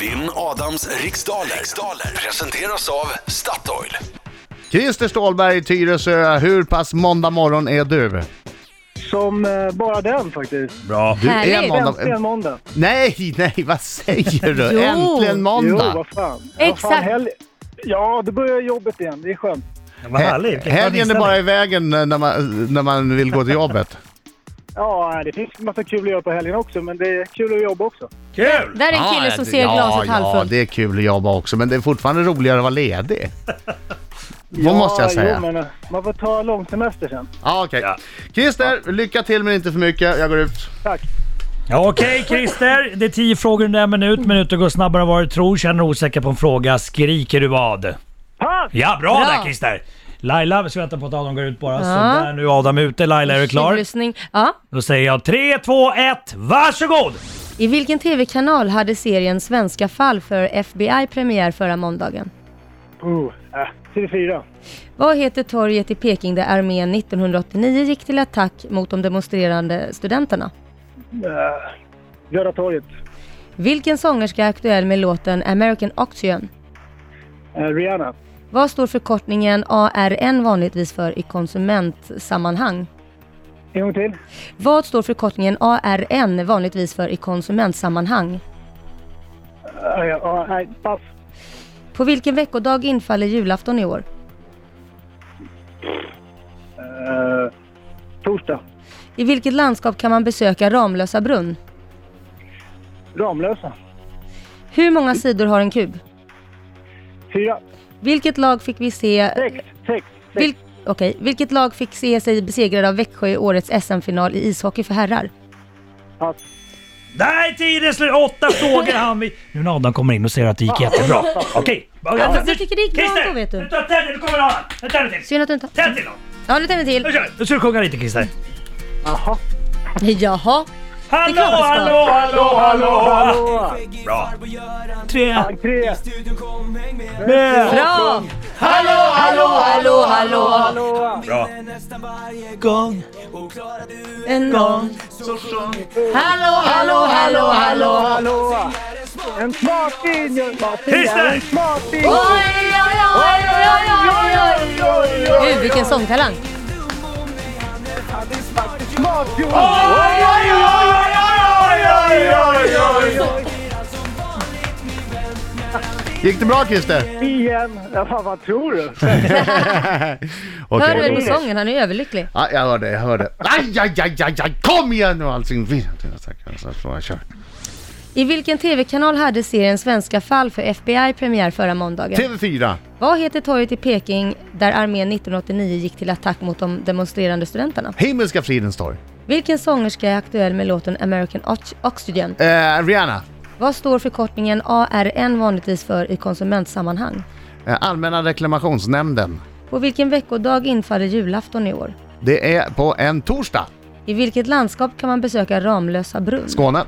Vinn Adams riksdaler. riksdaler presenteras av Statoil. Christer Ståhlberg, Tyresö, hur pass måndag morgon är du? Som eh, bara den faktiskt. Bra. Du är Härligt. Äntligen måndag... måndag. Nej, nej, vad säger du? Jo. Äntligen Jo, måndag! vad fan. Vad fan Exakt. helg... Ja, då börjar jobbet igen. Det är skönt. Vad härligt. Hel- Vilken skön Helgen är inställning. bara i vägen eh, när man, när man vill gå till jobbet. Ja, det finns massa kul att göra på helgen också, men det är kul att jobba också. Kul! Där är en kille som ser glaset Ah, ja, Ja, halvfullt. det är kul att jobba också, men det är fortfarande roligare att vara ledig. Vad ja, måste jag säga. Jo, men eh, man får ta långsemester sen. Ja, okej. Ja. Christer, lycka till men inte för mycket. Jag går ut. Tack. Ja, Okej Christer, det är tio frågor under en minut. Minuten går snabbare än vad du tror. Känner du osäker på en fråga, skriker du vad? Pass! Ja, bra, Bra. där Christer! Laila, vi ska vänta på att Adam går ut bara. Så där, nu är Adam ute. Laila, är du klar? Tjurlyssning. Ja. Då säger jag 3, 2, 1, varsågod! I vilken tv-kanal hade serien Svenska fall för FBI premiär förra måndagen? Oh, äh, TV4. Vad heter torget i Peking där armén 1989 gick till attack mot de demonstrerande studenterna? Äh, Röda torget. Vilken sångerska är aktuell med låten American Oxygen? Äh, Rihanna. Vad står förkortningen ARN vanligtvis för i konsumentsammanhang? En gång till. Eh, Vad står förkortningen ARN vanligtvis för i konsumentsammanhang? Äh, ja, nej, pass. På vilken veckodag infaller julafton i år? Äh, torsdag. I vilket landskap kan man besöka Ramlösa brunn? Ramlösa. Hur många sidor har en kub? Fyra. Vilket lag fick vi se... Sex. Sex. sex. Vil... okej. Vilket lag fick se sig besegrade av Växjö i årets SM-final i ishockey för herrar? Pass. Där är tiden slut! Åtta frågor hann vi. Nu när Adam kommer in och ser att det gick jättebra. Okej. Alltså, jag tycker det gick bra Christer, ändå, vet du. Nu tar tänd, nu kommer Adam! Nu tänder vi till! Synd att du inte... Tänd till då! Ja, nu tar vi Nu till. kör vi! Nu ska du sjunga lite Christer. Jaha. Jaha. Hallå, Det är klart vi ska. hallå, hallå, hallå! Hallå! Bra! Tre, Tre. med. Bra! Hallå, hallå, hallå, hallå! Hallå! Bra! En gång. Hallå, hallå, hallå, hallå! Hallå! En smarting! Christer! En smarting! Oj, oj, oj, oj, oj, oj, oj, oj! Gud, vilken sångtalang! Smarting! Oj, oj, oj, oj, oj, oj, oj, oj, oj. Gick det bra Christer? Igen! Ja, fan, vad tror du? Okej. Hör du väl på sången? Han är överlycklig. Ja, jag hörde, jag hörde. Aj, aj, aj, aj, aj. kom igen nu allting! Så får jag köra. I vilken tv-kanal hade serien Svenska fall för FBI premiär förra måndagen? TV4. Vad heter torget i Peking där armén 1989 gick till attack mot de demonstrerande studenterna? Himmelska fridens torg. Vilken sångerska är aktuell med låten American Ox- Oxygen? Eh, Rihanna. Vad står förkortningen ARN vanligtvis för i konsumentsammanhang? Eh, Allmänna reklamationsnämnden. På vilken veckodag infaller julafton i år? Det är på en torsdag. I vilket landskap kan man besöka Ramlösa brunn? Skåne.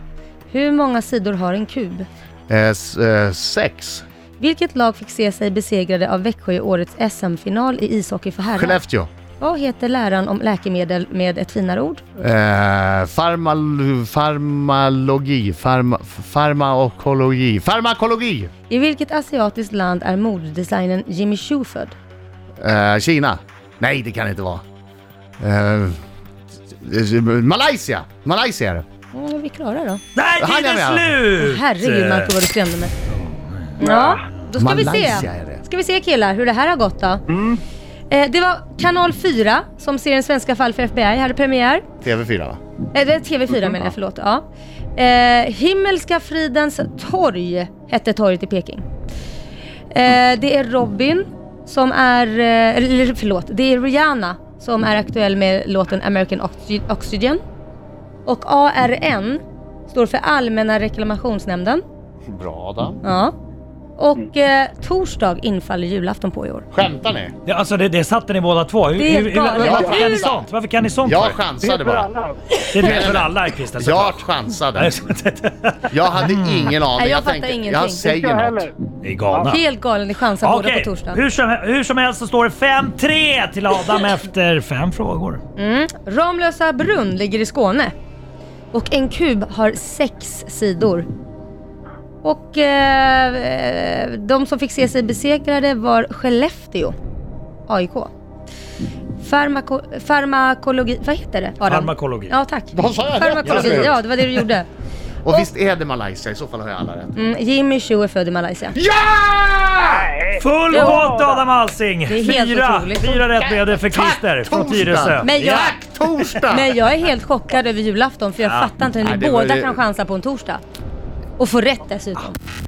Hur många sidor har en kub? Eh, s- eh, sex. Vilket lag fick se sig besegrade av Växjö i årets SM-final i ishockey för herrar? Skellefteå. Vad heter läran om läkemedel med ett finare ord? Eh, farmal, farmalogi. Farma, farmakologi. Farmakologi. I vilket asiatiskt land är modedesignern Jimmy Choo född? Eh, Kina. Nej, det kan det inte vara. Eh, s- s- Malaysia. Malaysia är det. Mm, är vi klara då? Där är Han är tiden med. slut! Herregud Marco vad du skrämde mig. Ja, då ska Malaysia vi är det. se. Ska vi se killar hur det här har gått då. Eh, det var kanal 4 som serien Svenska fall för FBI hade premiär. TV4 va? Eh, det är TV4 Mm-hmm. menar jag, förlåt. Ja. Eh, Himmelska fridens torg hette torget i Peking. Eh, det är Robin som är, eh, eller förlåt, det är Rihanna som är aktuell med låten American Oxy- Oxygen. Och ARN står för Allmänna reklamationsnämnden. Bra Adam. Ja. Och Mm. eh, torsdag infaller julafton på i år. Skämtar ni? Ja, alltså det, det satte ni båda två. Hur- Det är hur- galet. varför kan ni Hur- sånt? Varför kan ni sånt? Jag för? chansade För bara. alla. Det är fel för alla Christer Jag såklart. chansade. Jag hade ingen aning. Nej, jag fattar tänkte, ingenting. Jag Inte jag säger något. heller. Ni är galna. Helt galen ni chansar båda på Okej, torsdag. hur, som- hur som helst så står det 5-3 till Adam efter fem frågor. Mm. Ramlösa brunn ligger i Skåne. Och en kub har sex sidor. Och eh, de som fick se sig besegrade var Skellefteå, AIK. Farmako, farmakologi, vad heter det Adam? Farmakologi. Ja tack. Vad sa jag? Jag Farmakologi, vet. ja det var det du gjorde. Och visst är det Malaysia? I så fall har jag alla rätt. Mm, Jimmy Choo är född i Malaysia. Ja! Full Jo. pott Adam Alsing! Det är helt Fyra, otroligt. fyra rätt blev det för Christer från Tyresö. Men jag- Tack torsdag! Men jag är helt chockad över julafton för jag Ja. fattar inte hur Nej, ni det var båda ju- kan chansa på en torsdag. Och få rätt dessutom.